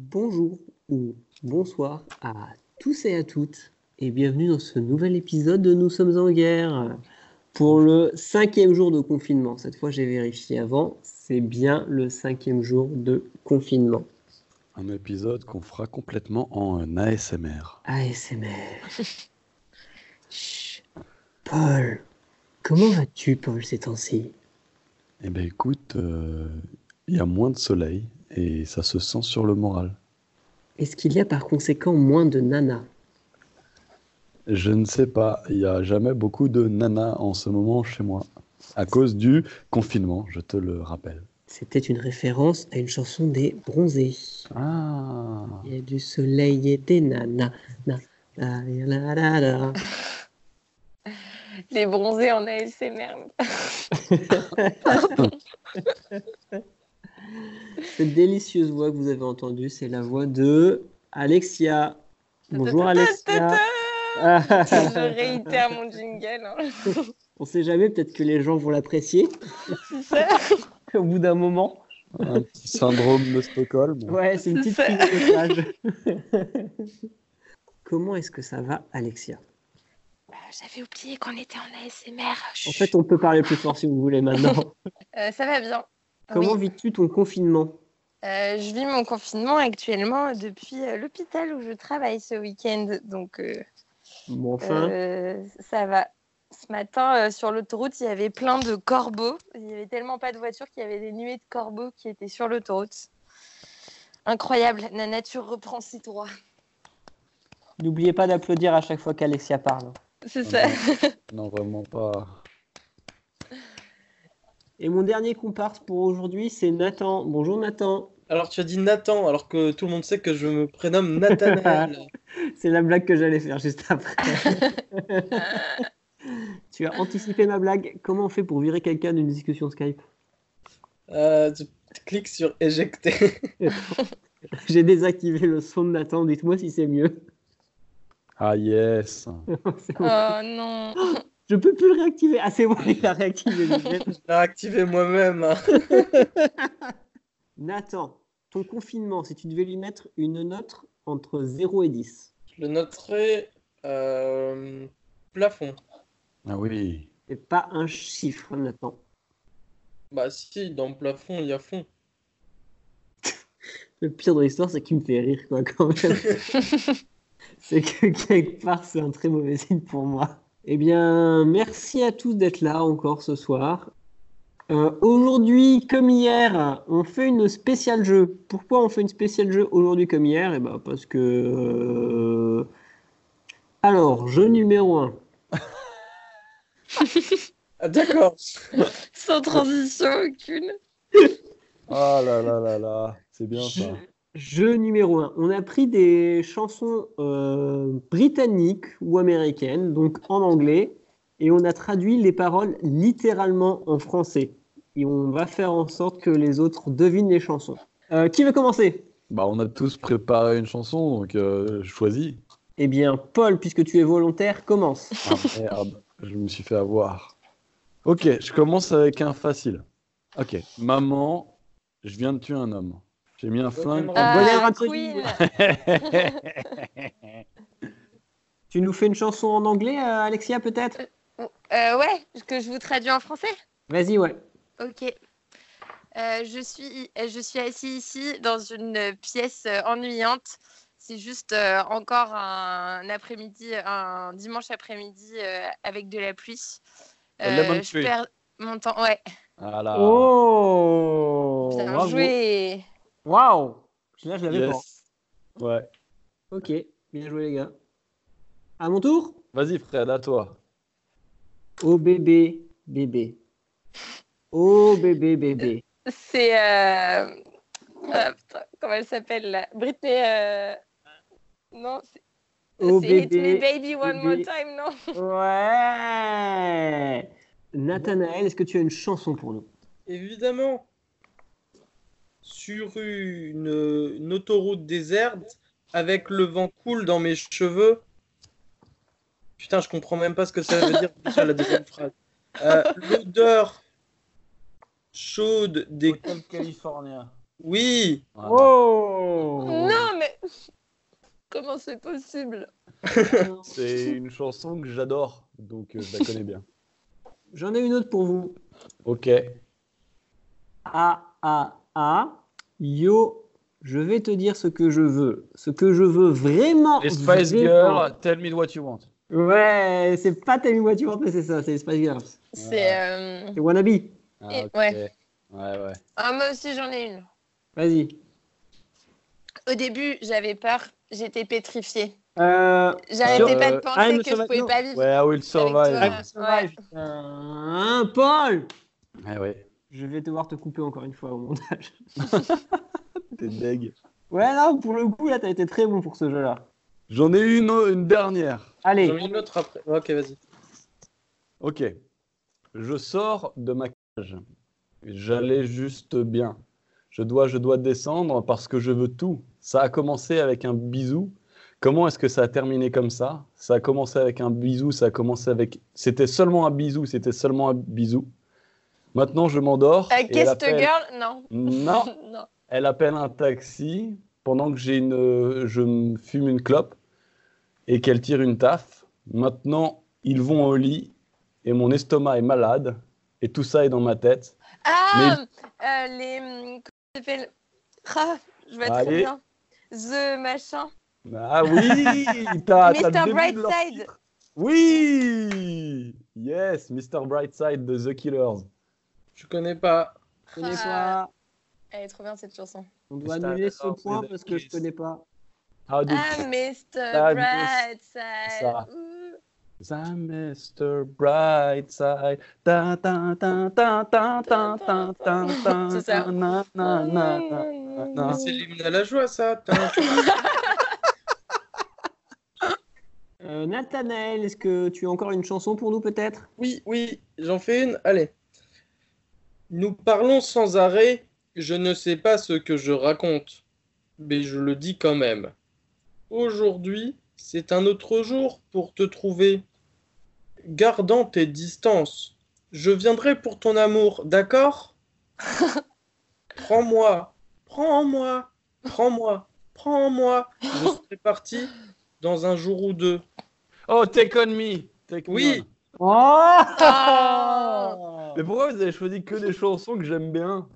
Bonjour ou bonsoir à tous et à toutes et bienvenue dans ce nouvel épisode de Nous sommes en guerre pour le cinquième jour de confinement. Cette fois j'ai vérifié avant, c'est bien le cinquième jour de confinement. Un épisode qu'on fera complètement en euh, ASMR. ASMR. Chut. Paul, comment vas-tu Paul ces temps-ci Eh ben écoute, euh, il y a moins de soleil et ça se sent sur le moral. Est-ce qu'il y a par conséquent moins de nanas Je ne sais pas, il n'y a jamais beaucoup de nanas en ce moment chez moi. À cause du confinement, je te le rappelle. C'était une référence à une chanson des bronzés. Ah Il y a du soleil et des nanas. Na, la, la, la, la. Les bronzés en ASMR. Cette délicieuse voix que vous avez entendue, c'est la voix de Alexia. Bonjour Alexia. Je réitère mon jingle. hein. On sait jamais, peut-être que les gens vont l'apprécier C'est ça. au bout d'un moment. Un petit syndrome de Stockholm. Ouais, c'est une petite C'est prise ça. de plage. Comment est-ce que ça va, Alexia Bah, J'avais oublié qu'on était en ASMR. En Chut. fait, on peut parler plus fort si vous voulez maintenant. Euh, ça va bien. Comment Oui. vis-tu ton confinement Euh, je vis mon confinement actuellement depuis euh, l'hôpital où je travaille ce week-end. Donc, euh, Bon, enfin, euh, ça va. Ce matin, euh, sur l'autoroute, il y avait plein de corbeaux. Il n'y avait tellement pas de voitures qu'il y avait des nuées de corbeaux qui étaient sur l'autoroute. Incroyable, la nature reprend ses droits. n'oubliez pas d'applaudir à chaque fois qu'Alexia parle. C'est Ah ça. Non, vraiment pas. Et mon dernier comparse pour aujourd'hui, c'est Nathan. Bonjour Nathan. Alors tu as dit Nathan, alors que tout le monde sait que je me prénomme Nathanaël. C'est la blague que j'allais faire juste après. tu as anticipé ma blague. Comment on fait pour virer quelqu'un d'une discussion Skype Euh, tu cliques sur éjecter. J'ai désactivé le son de Nathan. Dites-moi si c'est mieux. Ah yes C'est bon. Oh non. Je peux plus le réactiver. Ah, c'est bon, il a réactivé. lui-même. Je l'ai activé moi-même. hein. Nathan, ton confinement, si tu devais lui mettre une note entre 0 et 10, Je le noterai euh, plafond. Ah oui et pas un chiffre, Nathan. Bah si, dans plafond, il y a fond. Le pire de l'histoire, c'est qu'il me fait rire, quoi, quand même. c'est que quelque part, c'est un très mauvais signe pour moi. Eh bien, merci à tous d'être là encore ce soir. Euh, aujourd'hui, comme hier, on fait une spéciale jeu. Pourquoi on fait une spéciale jeu aujourd'hui comme hier Eh ben, parce que. euh, Alors, jeu numéro 1. Ah d'accord. Sans transition aucune. Ah là là là là C'est bien ça. Jeu numéro 1. On a pris des chansons euh, britanniques ou américaines, donc en anglais, et on a traduit les paroles littéralement en français. Et on va faire en sorte que les autres devinent les chansons. Euh, qui veut commencer Bah on a tous préparé une chanson, donc euh, je choisis. Eh bien, Paul, puisque tu es volontaire, commence. Ah merde, je me suis fait avoir. Ok, je commence avec un facile. Ok, maman, je viens de tuer un homme. J'ai mis un flingue. Ah, Bonne Euh, heure à toi, Queen. Tu nous fais une chanson en anglais, euh, Alexia, peut-être Euh, ouais, que je vous traduis en français. Vas-y, ouais. Ok. Euh, je, suis, je suis assis ici dans une pièce euh, ennuyante. C'est juste euh, encore un après-midi, un dimanche après-midi euh, avec de la pluie. Euh, lemon je tree. perds mon temps. Ouais, Voilà. Oh bien bravo. joué. Waouh Là, je l'avais pas. Yes. Ouais. Ok, bien joué, les gars. À mon tour Vas-y Fred, à toi. Oh bébé, bébé. Oh bébé, bébé. C'est. euh, ah, putain, comment elle s'appelle là Britney. euh, Non, c'est. Oh c'est Hit Me bébé. Baby One bébé. More Time, non Ouais. Nathanaël, est-ce que tu as une chanson pour nous Évidemment. Sur une, une autoroute déserte, avec le vent coule dans mes cheveux. Putain, je comprends même pas ce que ça veut dire déjà la deuxième phrase. Euh, L'odeur chaude des. Californien. Oui. Oh Comment c'est possible C'est une chanson que j'adore, donc euh, je la connais bien. J'en ai une autre pour vous. Ok. A, A, A. Yo, je vais te dire ce que je veux. Ce que je veux vraiment. Les Spice vraiment. Girls, Tell Me What You Want. Ouais, c'est pas Tell Me What You Want, mais c'est ça, c'est les Spice Girls. C'est. euh, C'est Wannabe. Ah, Et- ok. ouais. Ouais, ouais. Ah, moi aussi, j'en ai une. Vas-y. Au début, j'avais peur. J'étais pétrifiée. Euh, J'arrêtais Euh, pas de I'm penser que je Survivor. pouvais pas vivre. Ouais, I Will Avec Survive. toi. Survive. Putain, euh, Paul Ouais, ouais. Je vais devoir te couper encore une fois au montage. T'es deg. Ouais, non, pour le coup, là, t'as été très bon pour ce jeu-là. J'en ai une, au- une dernière. Allez, J'en ai une autre après. Ok, vas-y. Ok. Je sors de ma cage. J'allais juste bien. Je dois, je dois descendre parce que je veux tout. Ça a commencé avec un bisou. Comment est-ce que ça a terminé comme ça Ça a commencé avec un bisou, ça a commencé avec... C'était seulement un bisou, c'était seulement un bisou. Maintenant, je m'endors. Euh, et elle Kiss the appelle- Girl Non. Non, elle appelle un taxi pendant que j'ai une, euh, je me fume une clope et qu'elle tire une taffe. Maintenant, ils vont au lit et mon estomac est malade et tout ça est dans ma tête. Ah euh, Les. hum, Comment ça s'appelle Ah, je vois très Bah, Allez. bien. The machin. Ah oui, t'as Ah, t'as le Mr. début de leur Brightside. titre. Oui, yes, Mr. Brightside de The Killers. Je connais pas. je connais pas. Ah, Elle est trop bien cette chanson. On doit Mr. annuler ce Adams, point les parce que je Kiss. connais pas. How do Ah, Mr. Ah, ça. Ah, Brightside. Ouh. I'm Mr. Brightside. Ta ta ta ta ta ta ta ta ta C'est ça. ta na na na na. Ah. non. C'est l'hymne à la joie, ça. Putain. Euh, Nathanaël, est-ce que tu as encore une chanson pour nous, peut-être Oui, oui, j'en fais une. Allez. Nous parlons sans arrêt. Je ne sais pas ce que je raconte, mais je le dis quand même. Aujourd'hui, c'est un autre jour pour te trouver. Gardant tes distances, je viendrai pour ton amour, d'accord Prends-moi, prends-moi, prends-moi, prends-moi. Je serai parti dans un jour ou deux. Oh, Take On Me. Take Me Oui. On. Oh Ah Mais pourquoi vous avez choisi que des chansons que j'aime bien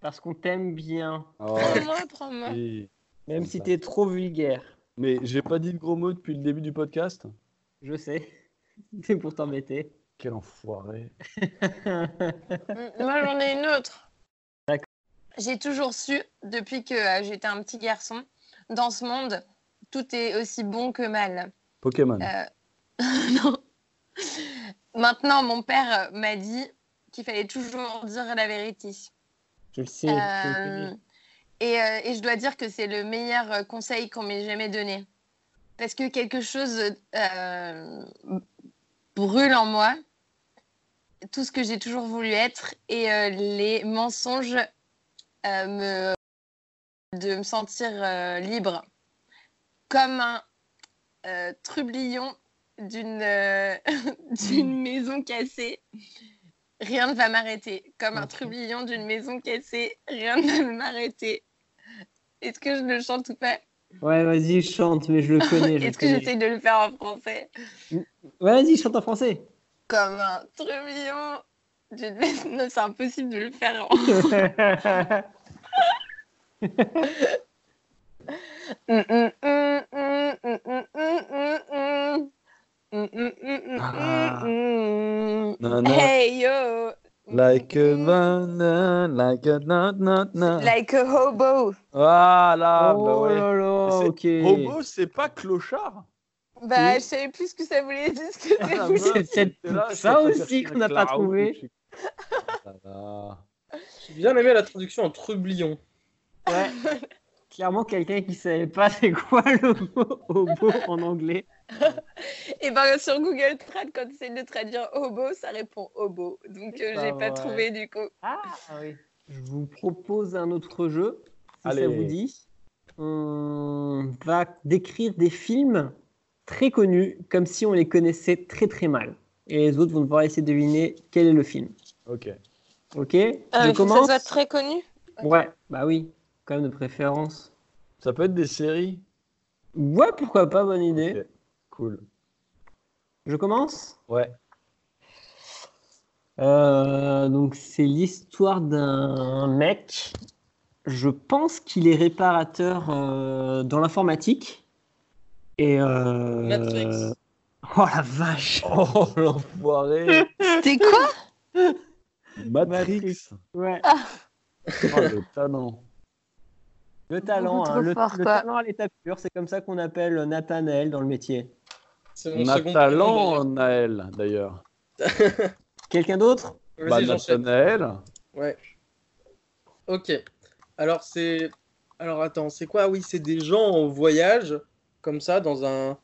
Parce qu'on t'aime bien, Oh, Prends-moi, prends-moi. oui. même si ça. t'es trop vulgaire. Mais j'ai pas dit de gros mots depuis le début du podcast Je sais. C'est pour t'embêter. Quel enfoiré. Mm, Moi, j'en ai une autre. D'accord. J'ai toujours su, depuis que euh, j'étais un petit garçon, dans ce monde, tout est aussi bon que mal. Pokémon. Euh, non. Maintenant, mon père euh, m'a dit qu'il fallait toujours dire la vérité. Je le sais. Euh, et, euh, et je dois dire que c'est le meilleur euh, conseil qu'on m'ait jamais donné. Parce que quelque chose euh, brûle en moi, tout ce que j'ai toujours voulu être, et euh, les mensonges euh, me- de me sentir euh, libre, comme un euh, trublion d'une euh, d'une maison cassée. Rien ne va m'arrêter. Comme un trublion d'une maison cassée, rien ne va m'arrêter. Est-ce que je le chante ou pas Ouais, vas-y, chante, mais je le connais. je le Est-ce que connais. j'essaie de le faire en français Ouais, vas-y, chante en français. Comme un trublion d'une maison... Non, c'est impossible de le faire en... Ah, Mm, mm, mm, mm, mm, mm, mm, mm, mm. Mm, mm, mm, mm, Ah. mm, mm. Nanana. Hey yo Like a Mm, banana, like a na na na. Like a hobo Voilà, bah oh ouais. là là, C'est- ok. Oh, Hobo, c'est pas clochard Bah, je savais plus ce que ça voulait dire, ce que ça Ah, voulait mince, c'est peut-être j'étais là, ça j'étais pas aussi persuadé qu'on n'a que pas Clara trouvé. Hobo, je suis- Ah là là. J'ai bien aimé la traduction en trublion. Ouais. Clairement, quelqu'un qui savait pas c'est quoi le mot hobo en anglais. Et ben sur Google Trad, quand tu essaies de traduire hobo, ça répond hobo. Donc euh, C'est pas j'ai pas vrai. trouvé du coup. Ah oui. Je vous propose un autre jeu, si Allez. ça vous dit. On va décrire des films très connus, comme si on les connaissait très très mal. Et les autres vont devoir essayer de deviner quel est le film. Ok. Ok Je commence Euh, très connu. Ouais, bah oui, quand même de préférence. Ça peut être des séries. Ouais, pourquoi pas, bonne idée. Ok, Cool. Je commence Ouais. Euh, donc c'est l'histoire d'un mec. Je pense qu'il est réparateur euh, dans l'informatique. Et euh, Matrix. Oh la vache. Oh l'enfoiré. T'es quoi Matrix. Ouais. Ah, Oh le talent. Le talent, hein, trop le, fort, le quoi. talent à l'état pur, c'est comme ça qu'on appelle Nathanaël dans le métier. C'est mon second Nathalan prénom, Naël d'ailleurs. Quelqu'un d'autre d'ailleurs. Bah, Vas-y, j'enchaîne. Nathanaël. Ouais. Ok. Alors c'est. Alors attends, c'est quoi Oui, c'est des gens en voyage, comme ça, dans un.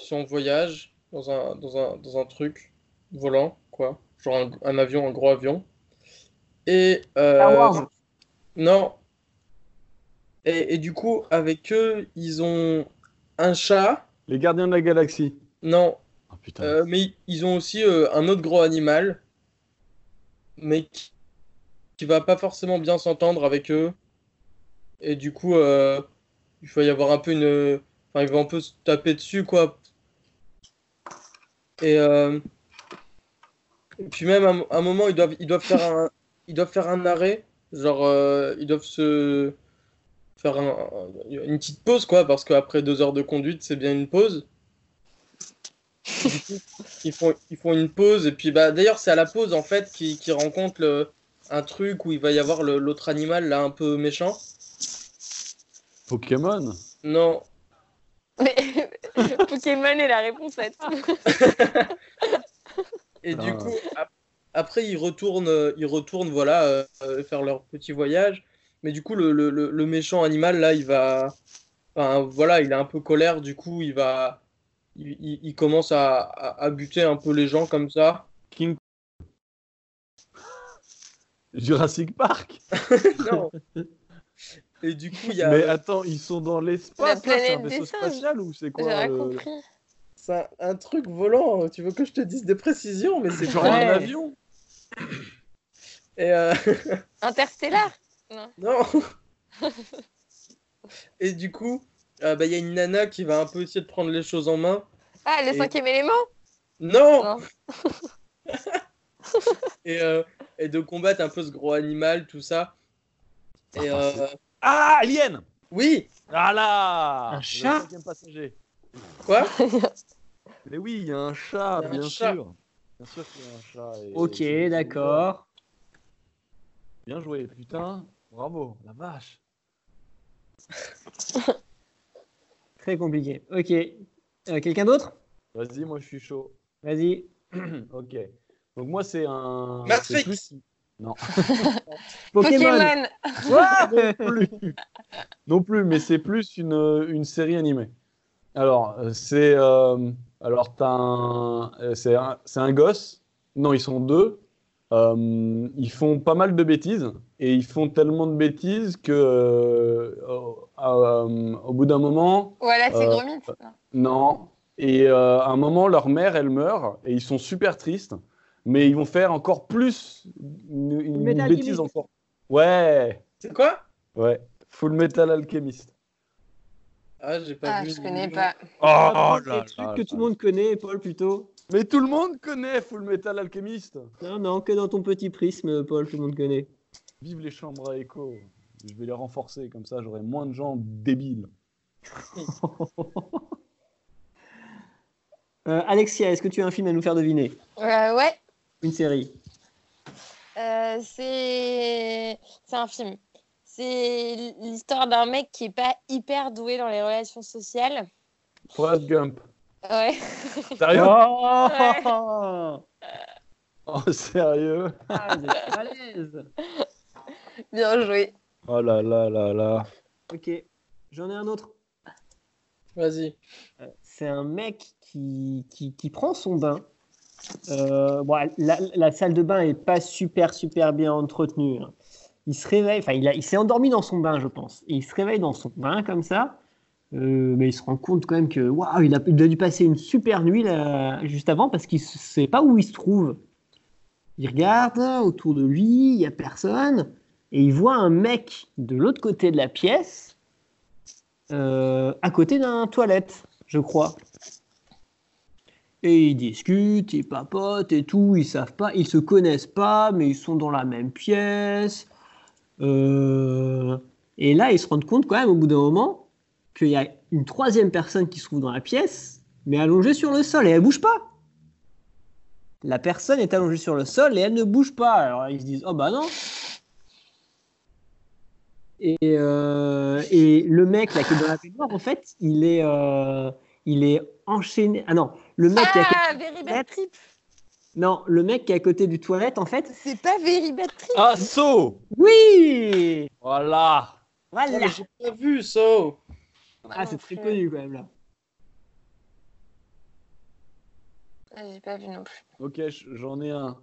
Ils sont en voyage, dans un, dans un, dans un truc volant, quoi. Genre un, un avion, un gros avion. Et. euh, Star Wars. Non. Et, et du coup, avec eux, ils ont un chat. Les gardiens de la galaxie. Non, Ah, Oh putain. euh, mais ils ont aussi euh, un autre gros animal, mais qui, qui va pas forcément bien s'entendre avec eux. Et du coup, euh, il va y avoir un peu une. Enfin, ils vont un peu se taper dessus, quoi. Et, euh, et puis, même à un, un moment, ils doivent, ils, doivent faire un, ils doivent faire un arrêt. Genre, euh, ils doivent se. faire un- une petite pause, quoi, parce qu'après deux heures de conduite, c'est bien une pause ils font, ils font une pause et puis bah d'ailleurs c'est à la pause en fait qu'ils qu'ils rencontrent le- un truc où il va y avoir le- l'autre animal là un peu méchant. Pokémon. Non, Mais Pokémon est la réponse à Oh tout. Et Ah. du coup, ap- après, ils retournent, euh, ils retournent voilà, euh, euh, faire leur petit voyage. Mais du coup, le, le- le- le méchant animal, là, il va. Enfin, voilà, il est un peu colère, du coup, il va. Il, il- il commence à, à- à buter un peu les gens comme ça. King. Jurassic Park. Non. Et du coup, il y a. Mais attends, ils sont dans La l'espace. là, C'est un planète des vaisseau singes. spatial ou c'est J'ai quoi rien euh, compris. C'est un, un truc volant. Tu veux que je te dise des précisions, mais c'est Genre vrai. Ouais. un avion. Et, euh, Interstellar Non. Et du coup, euh, bah, il y a une nana qui va un peu essayer de prendre les choses en main. Ah, le Et- cinquième élément Non, Non. et, euh, et de combattre un peu ce gros animal, tout ça. Et, Ah, euh, Ah, Alien. Oui, Ah là. Un Le chat cinquième passager. quoi Mais oui, il y a un chat, Il y a un bien chat. sûr. Bien sûr qu'il y a un chat. et- Ok, et- d'accord. Bien joué, putain. Bravo, la vache. Très compliqué. Ok. Euh, Quelqu'un d'autre Vas-y, moi je suis chaud. Vas-y. ok. Donc moi c'est un. Matrix. c'est plus- Pokémon. Pokémon Ah, Ouais plus. non plus, mais c'est plus une, une série animée. Alors, euh, c'est. euh, alors, t'as un. euh, C'est un, c'est un gosse. Non, ils sont deux. Euh, ils font pas mal de bêtises. Et ils font tellement de bêtises que. euh, au- euh, au bout d'un moment. Voilà, c'est Euh, Gromit. Ah, Non. Non. Et euh, à un moment, leur mère, elle meurt. Et ils sont super tristes. Mais ils vont faire encore plus. Une, une Metal bêtise Alchemist. encore. Ouais! C'est quoi Ouais, Full Metal Alchemist. Ah, j'ai pas Ah, vu. je connais pas. Oh, là trucs que tout le monde connaît, Paul, plutôt. Mais tout le monde connaît Full Metal Alchemist. Non, non, que dans ton petit prisme, Paul, tout le monde connaît. Vive les chambres à écho. Je vais les renforcer, comme ça j'aurai moins de gens débiles. Euh, Alexia, est-ce que tu as un film à nous faire deviner Euh, ouais, Une série euh, c'est c'est un film. C'est l'histoire d'un mec qui est pas hyper doué dans les relations sociales. Forrest Gump. Ouais. Sérieux Ah. Oh Oh, sérieux Ah, vous êtes à l'aise. Bien joué. Oh là là là là. Ok, j'en ai un autre. Vas-y. c'est un mec qui, qui, qui prend son bain. Euh, bon, la, la salle de bain est pas super super bien entretenue. hein. Il se réveille, enfin il, a- il s'est endormi dans son bain, je pense. Et il se réveille dans son bain comme ça, Euh, mais il se rend compte quand même que waouh, il, a- il a dû passer une super nuit là, juste avant parce qu'il s- sait pas où il se trouve. Il regarde hein, autour de lui, il y a personne, et il voit un mec de l'autre côté de la pièce euh, à côté d'un toilette, je crois. Et ils discutent, ils papotent et tout, ils savent pas, ils se connaissent pas, mais ils sont dans la même pièce. Euh, Et là, ils se rendent compte quand même au bout d'un moment qu'il y a une troisième personne qui se trouve dans la pièce, mais allongée sur le sol et elle bouge pas. La personne est allongée sur le sol et elle ne bouge pas. Alors ils se disent oh bah non. Et, euh, et le mec là qui est dans la peignoir, en fait, il est, euh, il est enchaîné. Ah non, le mec qui est à côté- Ah, Very Bad Trip non, le mec qui est à côté du toilette, en fait, C'est pas Very Bad Trip Ah, saut oui, Voilà Ah, voilà. mais J'ai pas vu ça. Ah, c'est très connu quand même là. Ah, J'ai pas vu non plus. Ok, j- j'en ai un.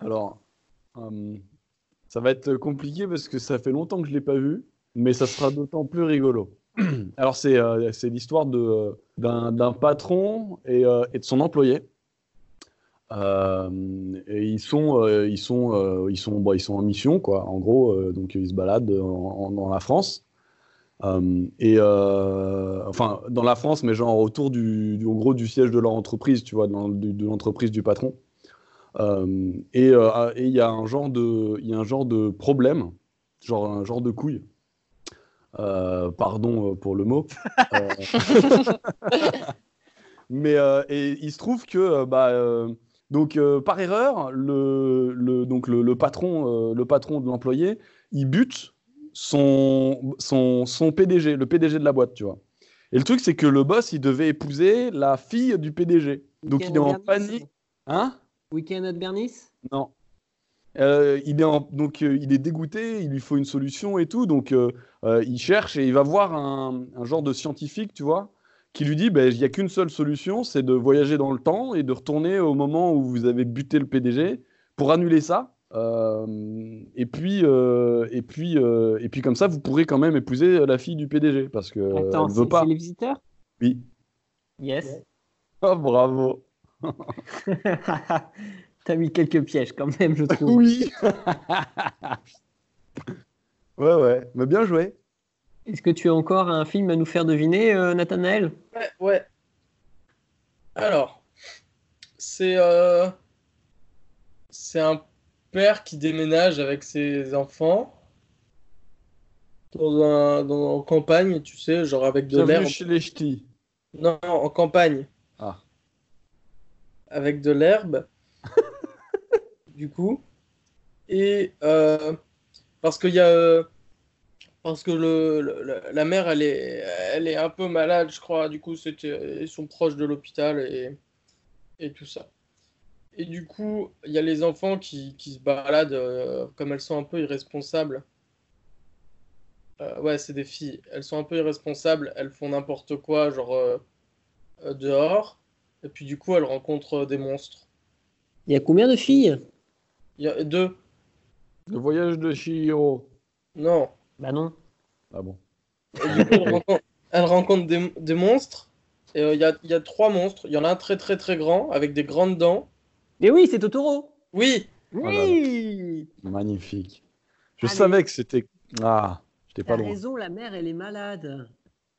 Alors, hum, ça va être compliqué parce que ça fait longtemps que je ne l'ai pas vu, mais ça sera d'autant plus rigolo. Alors, c'est euh, c'est l'histoire de, euh, d'un d'un patron et, euh, et de son employé. Euh, et ils sont, euh, ils, sont, euh, ils, sont, bon, ils sont en mission, quoi. En gros, euh, donc ils se baladent en- en- dans la France. Euh, et euh, enfin, dans la France, mais genre autour du, du- au gros du siège de leur entreprise, tu vois, dans- du- de l'entreprise du patron. Euh, et euh, ah, et il y a un genre de, il y a un genre de problème, genre un genre de couille. Euh, pardon euh, pour le mot. Euh, mais euh, et il se trouve que euh, bah euh, donc euh, par erreur le, le donc le, le patron euh, le patron de l'employé il bute son, son, son PDG, le PDG de la boîte, tu vois. Et le truc, c'est que le boss, il devait épouser la fille du PDG. Donc il est en Weekend at Bernice panique. Hein Weekend at Bernice non. Euh, il est en- donc euh, il est dégoûté, il lui faut une solution et tout, donc euh, euh, il cherche et il va voir un, un genre de scientifique, tu vois, qui lui dit, ben il n'y a qu'une seule solution, c'est de voyager dans le temps et de retourner au moment où vous avez buté le PDG pour annuler ça. Euh, et puis euh, et puis euh, et puis comme ça, vous pourrez quand même épouser la fille du PDG parce que euh, Attends, elle c'est veut pas. c'est les visiteurs Oui. Yes. Oh, bravo. T'as mis quelques pièges quand même, je trouve. Oui. ouais ouais, mais bien joué. Est-ce que tu as encore un film à nous faire deviner, euh, Nathanaël Ouais, ouais. Alors, c'est euh, c'est un père qui déménage avec ses enfants dans un dans en campagne, tu sais, genre avec de l'air. Bienvenue chez les ch'tis. Non, non, en campagne. Ah. Avec de l'herbe. du coup. Et euh, parce qu'il y a. euh, parce que le, le- le- la mère, elle est, elle est un peu malade, je crois. Du coup, c'était- ils sont proches de l'hôpital et, et tout ça. Et du coup, il y a les enfants qui, qui se baladent, euh, comme elles sont un peu irresponsables. Euh, ouais, c'est des filles. Elles sont un peu irresponsables, elles font n'importe quoi, genre euh, euh, dehors. Et puis du coup, elles rencontrent euh, des monstres. Il y a combien de filles Il y a deux. Le voyage de Chihiro. Non. Bah non. Ah bon. Et du coup, elles rencontrent, elles rencontrent des, des monstres. Et euh, il y, a, il y a trois monstres. Il y en a un très très très grand, avec des grandes dents. Mais oui, c'est Totoro Oui, là Ah là. Oui Magnifique. Je Allez. savais que c'était. Ah, j'étais T'as pas loin. raison, la mère, elle est malade.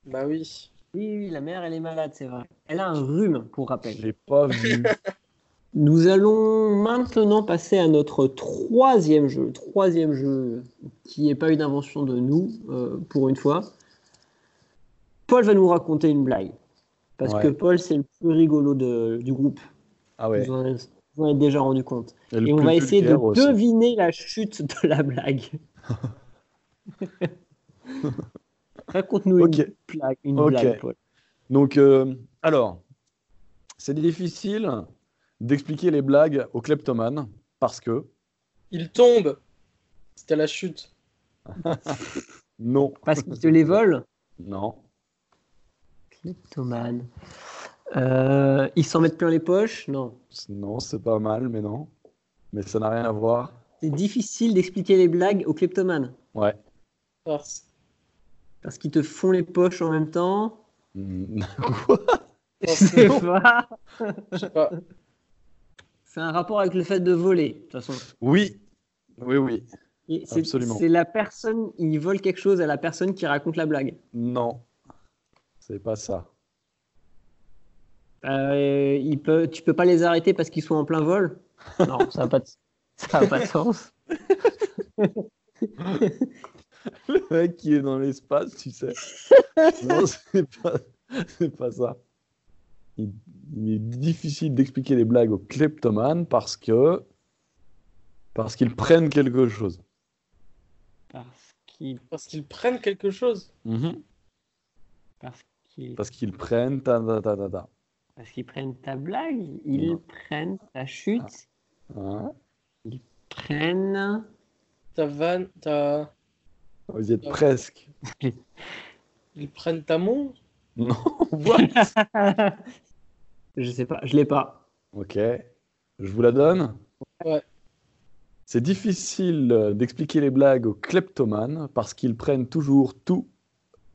bah oui. Oui, oui, la mère, elle est malade, c'est vrai. Elle a un rhume, pour rappel. J'ai pas vu. Nous allons maintenant passer à notre troisième jeu, Le troisième jeu qui n'est pas une invention de nous euh, pour une fois. Paul va nous raconter une blague parce Ouais. que Paul c'est le plus rigolo de- du groupe. Ah ouais. Vous, en, êtes- vous en êtes déjà rendu compte. le Et on plus va essayer de vulgaire aussi. deviner la chute de la blague. Raconte-nous Ok. une blague. Une Ok. blague, Paul. Donc, euh, alors, c'est difficile d'expliquer les blagues aux kleptomanes parce que Il tombe. C'était la chute. non, Parce qu'il te les vole. non, Kleptomane. Euh, ils s'en mettent plein les poches Non. non, c'est pas mal, mais non. Mais ça n'a rien à voir. C'est difficile d'expliquer les blagues aux kleptomanes. Ouais. Parce- Parce qu'ils te font les poches en même temps. Mm. Je parce sais que- pas. je sais pas. C'est un rapport avec le fait de voler, de toute façon. Oui, oui, oui. Et c'est- Absolument. C'est la personne, il vole quelque chose à la personne qui raconte la blague. Non, c'est pas ça. Euh, il peut, tu peux pas les arrêter parce qu'ils sont en plein vol Non, ça n'a pas, de- ça a pas de sens. Le mec qui est dans l'espace, tu sais. non, c'est pas, c'est pas ça. Il, il est difficile d'expliquer les blagues aux kleptomanes parce que parce qu'ils prennent quelque chose. Parce qu'il Parce qu'ils prennent quelque chose. parce qu'il- Parce qu'ils prennent ta ta ta ta ta. parce qu'ils prennent ta blague, ils Non. prennent ta chute, Hein prennent. Ta vanne, ta... Vous y êtes presque. Ils prennent ta montre. Non, what Je sais pas, je l'ai pas. Ok, je vous la donne. Ouais. C'est difficile euh, d'expliquer les blagues aux kleptomanes parce qu'ils prennent toujours tout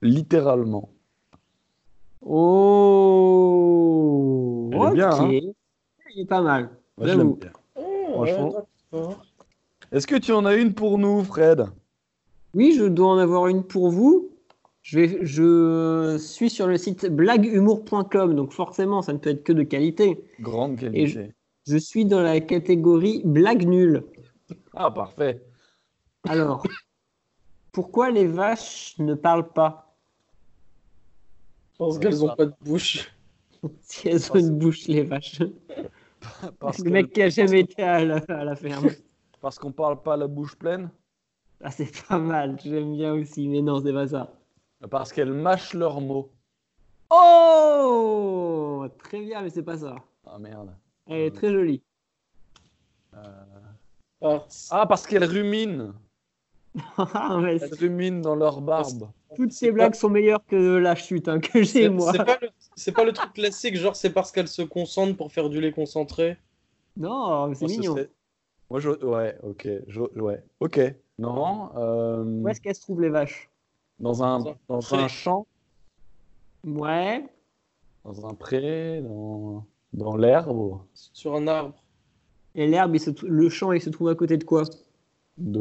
littéralement. Oh. Elle est bien, ok. hein Il est pas mal. Moi, je J'avoue. l'aime bien. Oh, Franchement. ouais, d'accord. Est-ce que tu en as une pour nous, Fred Oui, je dois en avoir une pour vous. Je, vais, je suis sur le site blaguehumour.com, donc forcément, ça ne peut être que de qualité. Grande Et je- Je suis dans la catégorie blague nulle. Ah, parfait. Alors, pourquoi les vaches ne parlent pas Parce qu'elles ont pas de bouche. si elles ont une bouche, les vaches Parce Le mec que- qui a jamais été à la, à la ferme. parce qu'on parle pas la bouche pleine Ah, c'est pas mal, j'aime bien aussi, mais non, c'est pas ça. Parce qu'elles mâchent leurs mots. Oh Très bien, mais c'est pas ça. Ah, merde. Elle est très jolie. Parce- Ah, parce qu'elles ruminent. Ah, ouais, Elles c'est- ruminent dans leur barbe. Toutes ces blagues sont meilleures que la chute hein, que j'ai, C'est moi. c'est pas, le- c'est pas le truc classique, genre c'est parce qu'elles se concentrent pour faire du lait concentré. Non, mais c'est Moi, Oh, ce mignon. serait- Moi, je... Ouais, ok. je- Ouais, ok. Non. euh, Où est-ce qu'elles se trouvent, les vaches Dans un, Dans un dans pré. un champ, Ouais, dans un pré, dans, dans l'herbe, Sur un arbre. et l'herbe, il se trou- le champ, il se trouve à côté de quoi de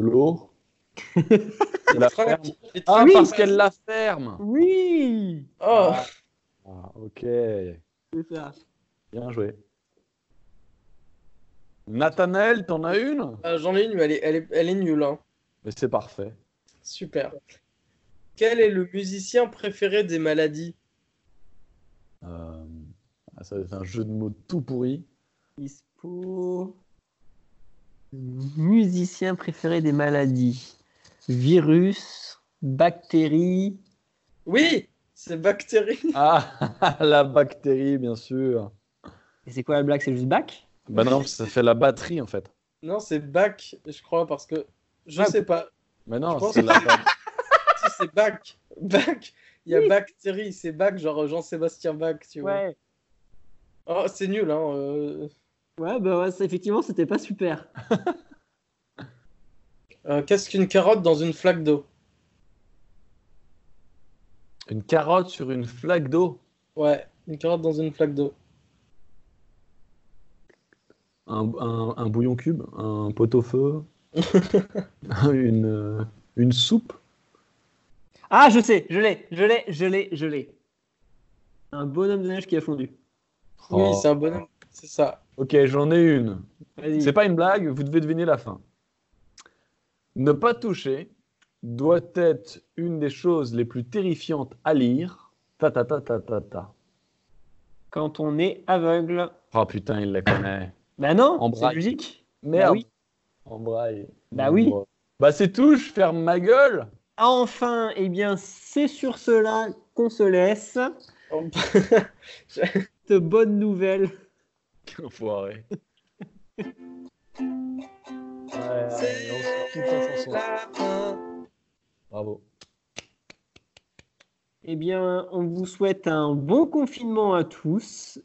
l'eau. de la Fringues. ferme. Les Ah, fringues. parce qu'elle la ferme. Oui Oh. Ah, ok. C'est ça. Bien joué. Nathanaël, t'en as une Ah, J'en ai une, mais elle est, elle est, elle est nulle. hein. Mais c'est parfait. Super. Quel est le musicien préféré des maladies Euh, ah, ça, c'est un jeu de mots tout pourri. Dispo. Musicien préféré des maladies. Virus, bactéries. Oui, c'est bactéries. Ah, la bactérie, bien sûr. Et c'est quoi la blague C'est juste bac Bah non, ça fait la batterie en fait. Non, c'est bac, je crois, parce que je Ouais. sais pas Mais Je non, pense c'est la si c'est bac. Bac, il y a Oui. bactéries, c'est bac, genre Jean-Sébastien Bach, tu vois. Oh, c'est nul, hein. euh. Ouais, bah ouais, ça, effectivement, c'était pas super. Euh, Qu'est-ce qu'une carotte dans une flaque d'eau Une carotte sur une flaque d'eau. Ouais, une carotte dans une flaque d'eau. Un, un- un bouillon cube, un pot-au-feu, une, euh, une soupe. Ah, je sais, je l'ai, je l'ai, je l'ai, je l'ai. Un bonhomme de neige qui a fondu. Oh. Oui, c'est un bonhomme, c'est ça. Ok, j'en ai une. Vas-y. C'est pas une blague, vous devez deviner la fin. Ne pas toucher doit être une des choses les plus terrifiantes à lire. Ta ta ta ta ta ta. Quand on est aveugle. Oh putain, il la connaît. Bah non, En c'est braille. logique. Merde. Bah oui. En braille. Bah oui. Bah c'est tout, je ferme ma gueule. Ah, Enfin, eh bien, c'est sur cela qu'on se laisse. Euh, Oh, De bonnes nouvelles. Quel enfoiré. Ouais, allez, on se quitte sans chanson. la fin. Bravo. Eh bien, on vous souhaite un bon confinement à tous